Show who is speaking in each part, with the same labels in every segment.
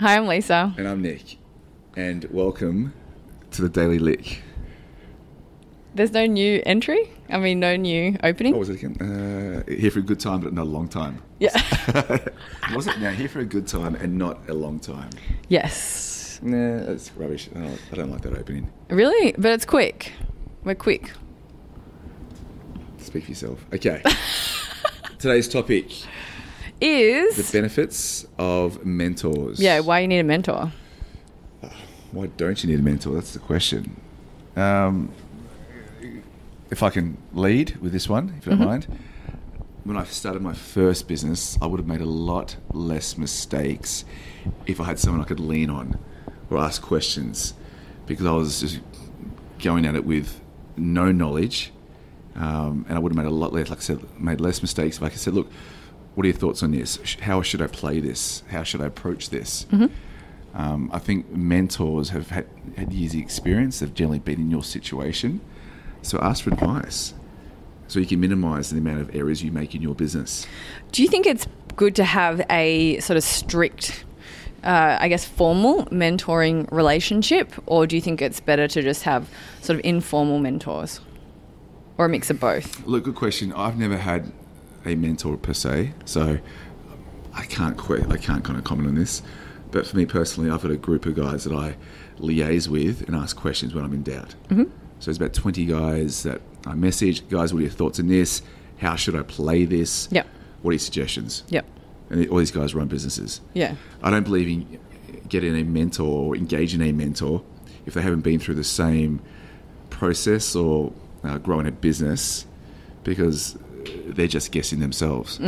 Speaker 1: Hi, I'm Lisa.
Speaker 2: And I'm Nick. And welcome to the Daily Lick.
Speaker 1: There's no new entry. I mean, no new
Speaker 2: What
Speaker 1: opening.
Speaker 2: was Oh, it again? Uh, here for a good time, but not a long time.
Speaker 1: Yeah.
Speaker 2: was it? No, here for a good time and not a long time.
Speaker 1: yes.
Speaker 2: Nah, that's rubbish. I don't, I don't like that opening.
Speaker 1: Really? But it's quick. We're quick.
Speaker 2: Speak for yourself. Okay. Today's topic the
Speaker 1: Is
Speaker 2: benefits of mentors.
Speaker 1: yeah, why you need a mentor?
Speaker 2: Why don't you need a mentor? That's the question. Um, if I can lead with this one, if you don't mind. When I started my first business, I would have made a lot less mistakes if I had someone I could lean on or ask questions because I was just going at it with no knowledge. Um, and I would have made a lot less, like I said, made less mistakes. Like I said, look, what are your thoughts on this? Sh- How should I play this? How should I approach this? Um, I think mentors have had, had years of experience. They've generally been in your situation. So ask for advice so you can minimize the amount of errors you make in your business.
Speaker 1: Do you think it's good to have a sort of strict, uh, I guess, formal mentoring relationship, or do you think it's better to just have sort of informal mentors, or a mix of both?
Speaker 2: Look, good question. I've never had a mentor per se, so I can't quite, I can't kind of comment on this. But for me personally, I've got a group of guys that I liaise with and ask questions when I'm in doubt. Mm-hmm. So there's about 20 guys that I message. Guys, what are your thoughts on this? How should I play this?
Speaker 1: Yep.
Speaker 2: What are your suggestions?
Speaker 1: Yep.
Speaker 2: And all these guys run businesses.
Speaker 1: Yeah.
Speaker 2: I don't believe in getting a mentor or engaging a mentor if they haven't been through the same process or uh, growing a business because they're just guessing themselves.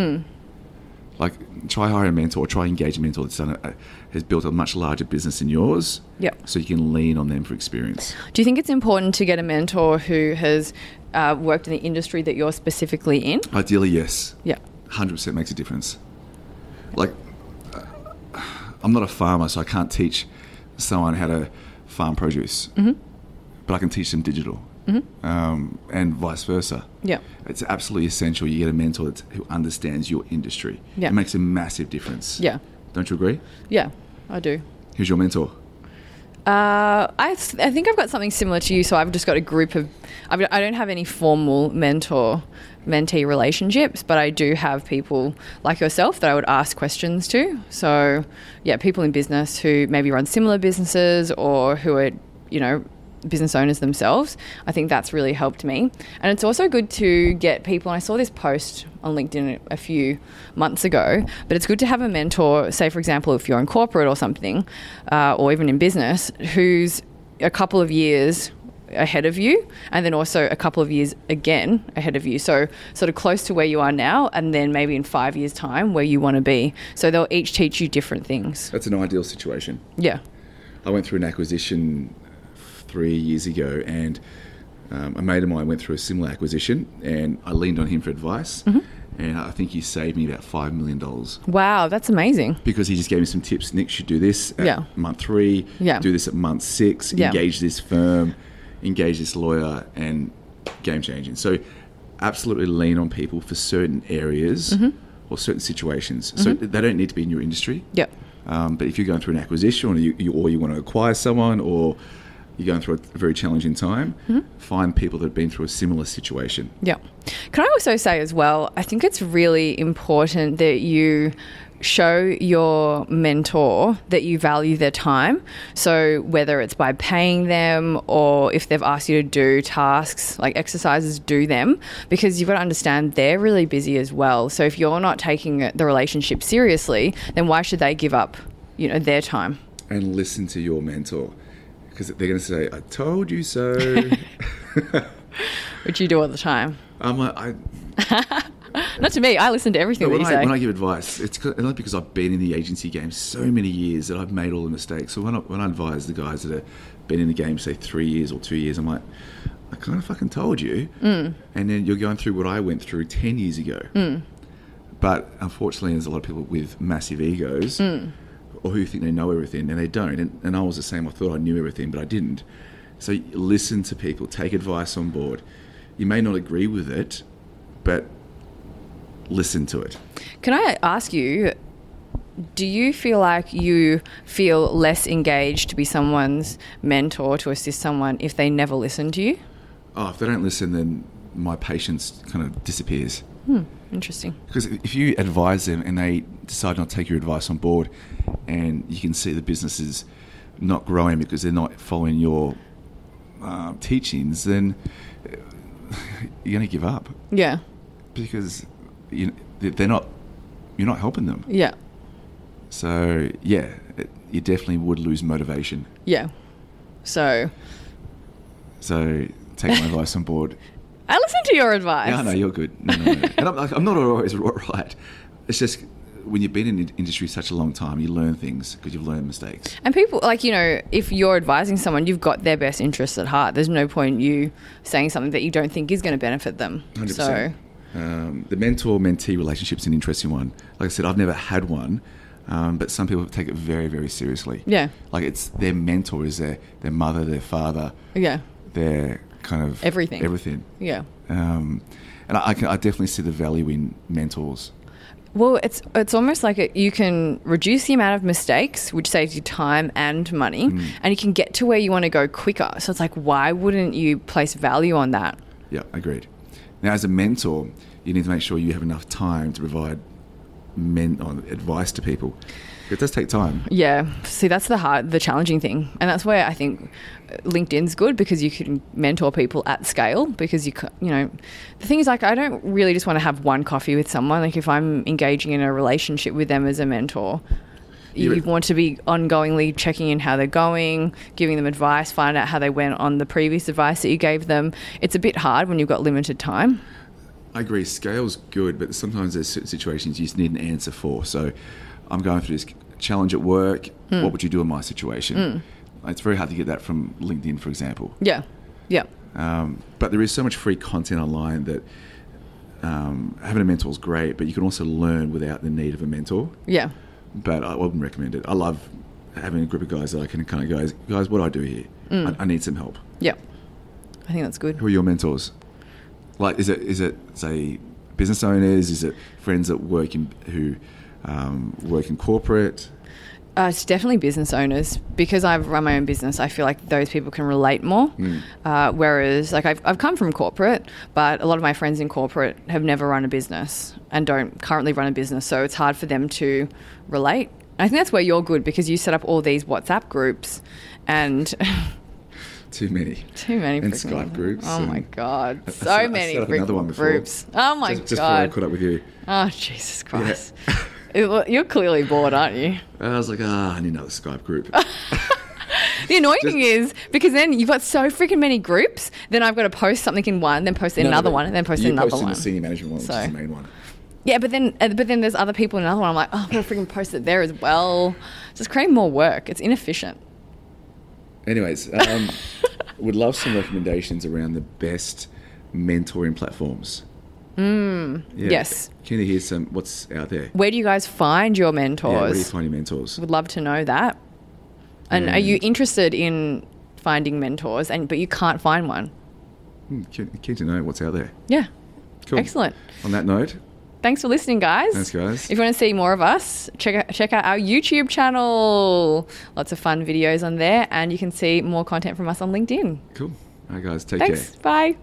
Speaker 2: Like, try hire a mentor, try engage a mentor that's done a, has built a much larger business than yours.
Speaker 1: Yep.
Speaker 2: So you can lean on them for experience.
Speaker 1: Do you think it's important to get a mentor who has uh, worked in the industry that you're specifically in?
Speaker 2: Ideally, yes.
Speaker 1: Yeah.
Speaker 2: hundred percent makes a difference. Like, uh, I'm not a farmer, so I can't teach someone how to farm produce, mm-hmm. but I can teach them digital, um, and vice versa.
Speaker 1: Mm-hmm. Yeah.
Speaker 2: It's absolutely essential. You get a mentor that's, who understands your industry.
Speaker 1: Yeah.
Speaker 2: It makes a massive difference.
Speaker 1: Yeah.
Speaker 2: Don't you agree?
Speaker 1: Yeah, I do.
Speaker 2: Who's your mentor?
Speaker 1: Uh, I, th- I think I've got something similar to you. So I've just got a group of, I've, I don't have any formal mentor mentee relationships, but I do have people like yourself that I would ask questions to. So, yeah, people in business who maybe run similar businesses or who are, you know, business owners themselves. I think that's really helped me. And it's also good to get people, and I saw this post on LinkedIn a few months ago, but it's good to have a mentor, say, for example, if you're in corporate or something, uh, or even in business, who's a couple of years ahead of you and then also a couple of years again ahead of you so sort of close to where you are now and then maybe in five years time where you want to be so they'll each teach you different things
Speaker 2: That's an ideal situation.
Speaker 1: yeah
Speaker 2: I went through an acquisition uh, three years ago, and um, a mate of mine went through a similar acquisition, and I leaned on him for advice,
Speaker 1: Mm-hmm.
Speaker 2: and I think he saved me about five million dollars
Speaker 1: wow that's amazing
Speaker 2: because he just gave me some tips. Nick should do this at
Speaker 1: Yeah.
Speaker 2: month three,
Speaker 1: Yeah.
Speaker 2: do this at month six,
Speaker 1: Yeah.
Speaker 2: engage this firm, engage this lawyer, and game changing. So, absolutely lean on people for certain areas
Speaker 1: Mm-hmm.
Speaker 2: or certain situations. So they don't need to be in your industry.
Speaker 1: yep
Speaker 2: Um, but if you're going through an acquisition or you, you, or you want to acquire someone or you're going through a very challenging time, find people that have been through a similar situation.
Speaker 1: Yeah. Can I also say as well, I think it's really important that you show your mentor that you value their time. So whether it's by paying them or if they've asked you to do tasks like exercises, do them because you've got to understand they're really busy as well. So if you're not taking the relationship seriously, then why should they give up, you know, their time?
Speaker 2: And listen to your mentor because they're going to say, I told you so.
Speaker 1: Which you do all the time.
Speaker 2: I'm like, I,
Speaker 1: Not to me. I listen to everything that
Speaker 2: when,
Speaker 1: you
Speaker 2: I,
Speaker 1: say.
Speaker 2: when I give advice, it's 'cause- not because I've been in the agency game so many years that I've made all the mistakes. So when I, when I advise the guys that have been in the game, say three years or two years, I'm like, I kind of fucking told you.
Speaker 1: Mm.
Speaker 2: And then you're going through what I went through 10 years ago. But unfortunately, there's a lot of people with massive egos
Speaker 1: Mm.
Speaker 2: or who think they know everything and they don't. And, and I was the same. I thought I knew everything, but I didn't. So you listen to people, take advice on board. You may not agree with it, but listen to it.
Speaker 1: Can I ask you, do you feel like you feel less engaged to be someone's mentor to assist someone if they never listen to you?
Speaker 2: Oh, if they don't listen, then my patience kind of disappears.
Speaker 1: Interesting.
Speaker 2: Because if you advise them and they decide not to take your advice on board, and you can see the business is not growing because they're not following your uh, teachings, then uh, you're going to give up
Speaker 1: Yeah.
Speaker 2: because you, they're not. You're not helping them.
Speaker 1: Yeah.
Speaker 2: So yeah, it, you definitely would lose motivation.
Speaker 1: Yeah. So
Speaker 2: So take my advice on board.
Speaker 1: I listen to your advice.
Speaker 2: No, no, you're good. No, no, no. and I'm, I'm not always right. It's just when you've been in the industry such a long time, you learn things because you've learned mistakes.
Speaker 1: And people, like, you know, if you're advising someone, you've got their best interests at heart. There's no point you saying something that you don't think is going to benefit them.
Speaker 2: 100%.
Speaker 1: So,
Speaker 2: Um, the mentor mentee relationship's an interesting one. Like I said, I've never had one, um, but some people take it very, very seriously.
Speaker 1: yeah.
Speaker 2: Like it's their mentor is their, their mother, their father,
Speaker 1: Yeah.
Speaker 2: their kind of
Speaker 1: Everything.
Speaker 2: Everything.
Speaker 1: Yeah.
Speaker 2: Um, and I, I, can, I definitely see the value in mentors.
Speaker 1: Well, it's it's almost like it, you can reduce the amount of mistakes, which saves you time and money, and you can get to where you want to go quicker. So it's like, why wouldn't you place value on that?
Speaker 2: Yeah, agreed. Now, as a mentor, you need to make sure you have enough time to provide men on advice to people. It does take time.
Speaker 1: Yeah. See, that's the hard, the challenging thing, and that's where I think LinkedIn's good because you can mentor people at scale. Because you, c- you know, the thing is, like, I don't really just want to have one coffee with someone. Like, if I'm engaging in a relationship with them as a mentor,
Speaker 2: Yeah,
Speaker 1: you
Speaker 2: but-
Speaker 1: want to be ongoingly checking in how they're going, giving them advice, find out how they went on the previous advice that you gave them. It's a bit hard when you've got limited time.
Speaker 2: I agree, scale's good, but sometimes there's certain situations you just need an answer for. So I'm going through this challenge at work. What would you do in my situation? It's very hard to get that from LinkedIn, for example.
Speaker 1: Yeah. Yeah.
Speaker 2: Um, but there is so much free content online that um, having a mentor is great, but you can also learn without the need of a mentor.
Speaker 1: Yeah.
Speaker 2: but I wouldn't recommend it. I love having a group of guys that I can kind of guys, guys, what do I do here?
Speaker 1: Mm.
Speaker 2: I, I need some help.
Speaker 1: Yeah. I think that's good.
Speaker 2: Who are your mentors? Like, is it is it say business owners? Is it friends that work in who um, work in corporate?
Speaker 1: Uh, it's definitely business owners because I've run my own business. I feel like those people can relate more.
Speaker 2: Hmm.
Speaker 1: Uh, whereas, like I've I've come from corporate, but a lot of my friends in corporate have never run a business and don't currently run a business, so it's hard for them to relate. I think that's where you're good because you set up all these WhatsApp groups and
Speaker 2: Too many.
Speaker 1: too many
Speaker 2: And
Speaker 1: freaking-
Speaker 2: Skype groups
Speaker 1: Oh my
Speaker 2: and-
Speaker 1: god,
Speaker 2: I set-
Speaker 1: so
Speaker 2: I
Speaker 1: many
Speaker 2: set up
Speaker 1: freaking
Speaker 2: another one before.
Speaker 1: groups. Oh my
Speaker 2: just, just before I
Speaker 1: god.
Speaker 2: caught up with you,
Speaker 1: Oh Jesus Christ. It- You're clearly bored, aren't you?
Speaker 2: I was like, ah, I need another Skype group.
Speaker 1: The annoying
Speaker 2: Just-
Speaker 1: thing is because then you've got so freaking many groups. Then I've got to post something in one, then post in another one, and then post in
Speaker 2: you
Speaker 1: another
Speaker 2: posted
Speaker 1: one.
Speaker 2: The senior management one,
Speaker 1: So-
Speaker 2: which is the main one.
Speaker 1: yeah, but then uh, but then there's other people in another one. I'm like, oh, I'm gonna freaking post it there as well. Just creating more work. It's inefficient.
Speaker 2: Anyways, um, would love some recommendations around the best mentoring platforms.
Speaker 1: Hmm.
Speaker 2: Mm,
Speaker 1: yes.
Speaker 2: Can you hear some? What's out there?
Speaker 1: Where do you guys find your
Speaker 2: Yeah, where do you
Speaker 1: mentors?
Speaker 2: find Mm. your mentors?
Speaker 1: Would love to know that. And are you interested in finding mentors? And but you can't find one.
Speaker 2: Hmm, Keen keen to know what's out there.
Speaker 1: Yeah,
Speaker 2: Cool.
Speaker 1: excellent.
Speaker 2: On that note,
Speaker 1: Thanks for listening, guys.
Speaker 2: Thanks, guys.
Speaker 1: If you want to see more of us, check out, check out our YouTube channel. Lots of fun videos on there, and you can see more content from us on LinkedIn.
Speaker 2: cool. All right, guys, take care.
Speaker 1: Thanks. Bye.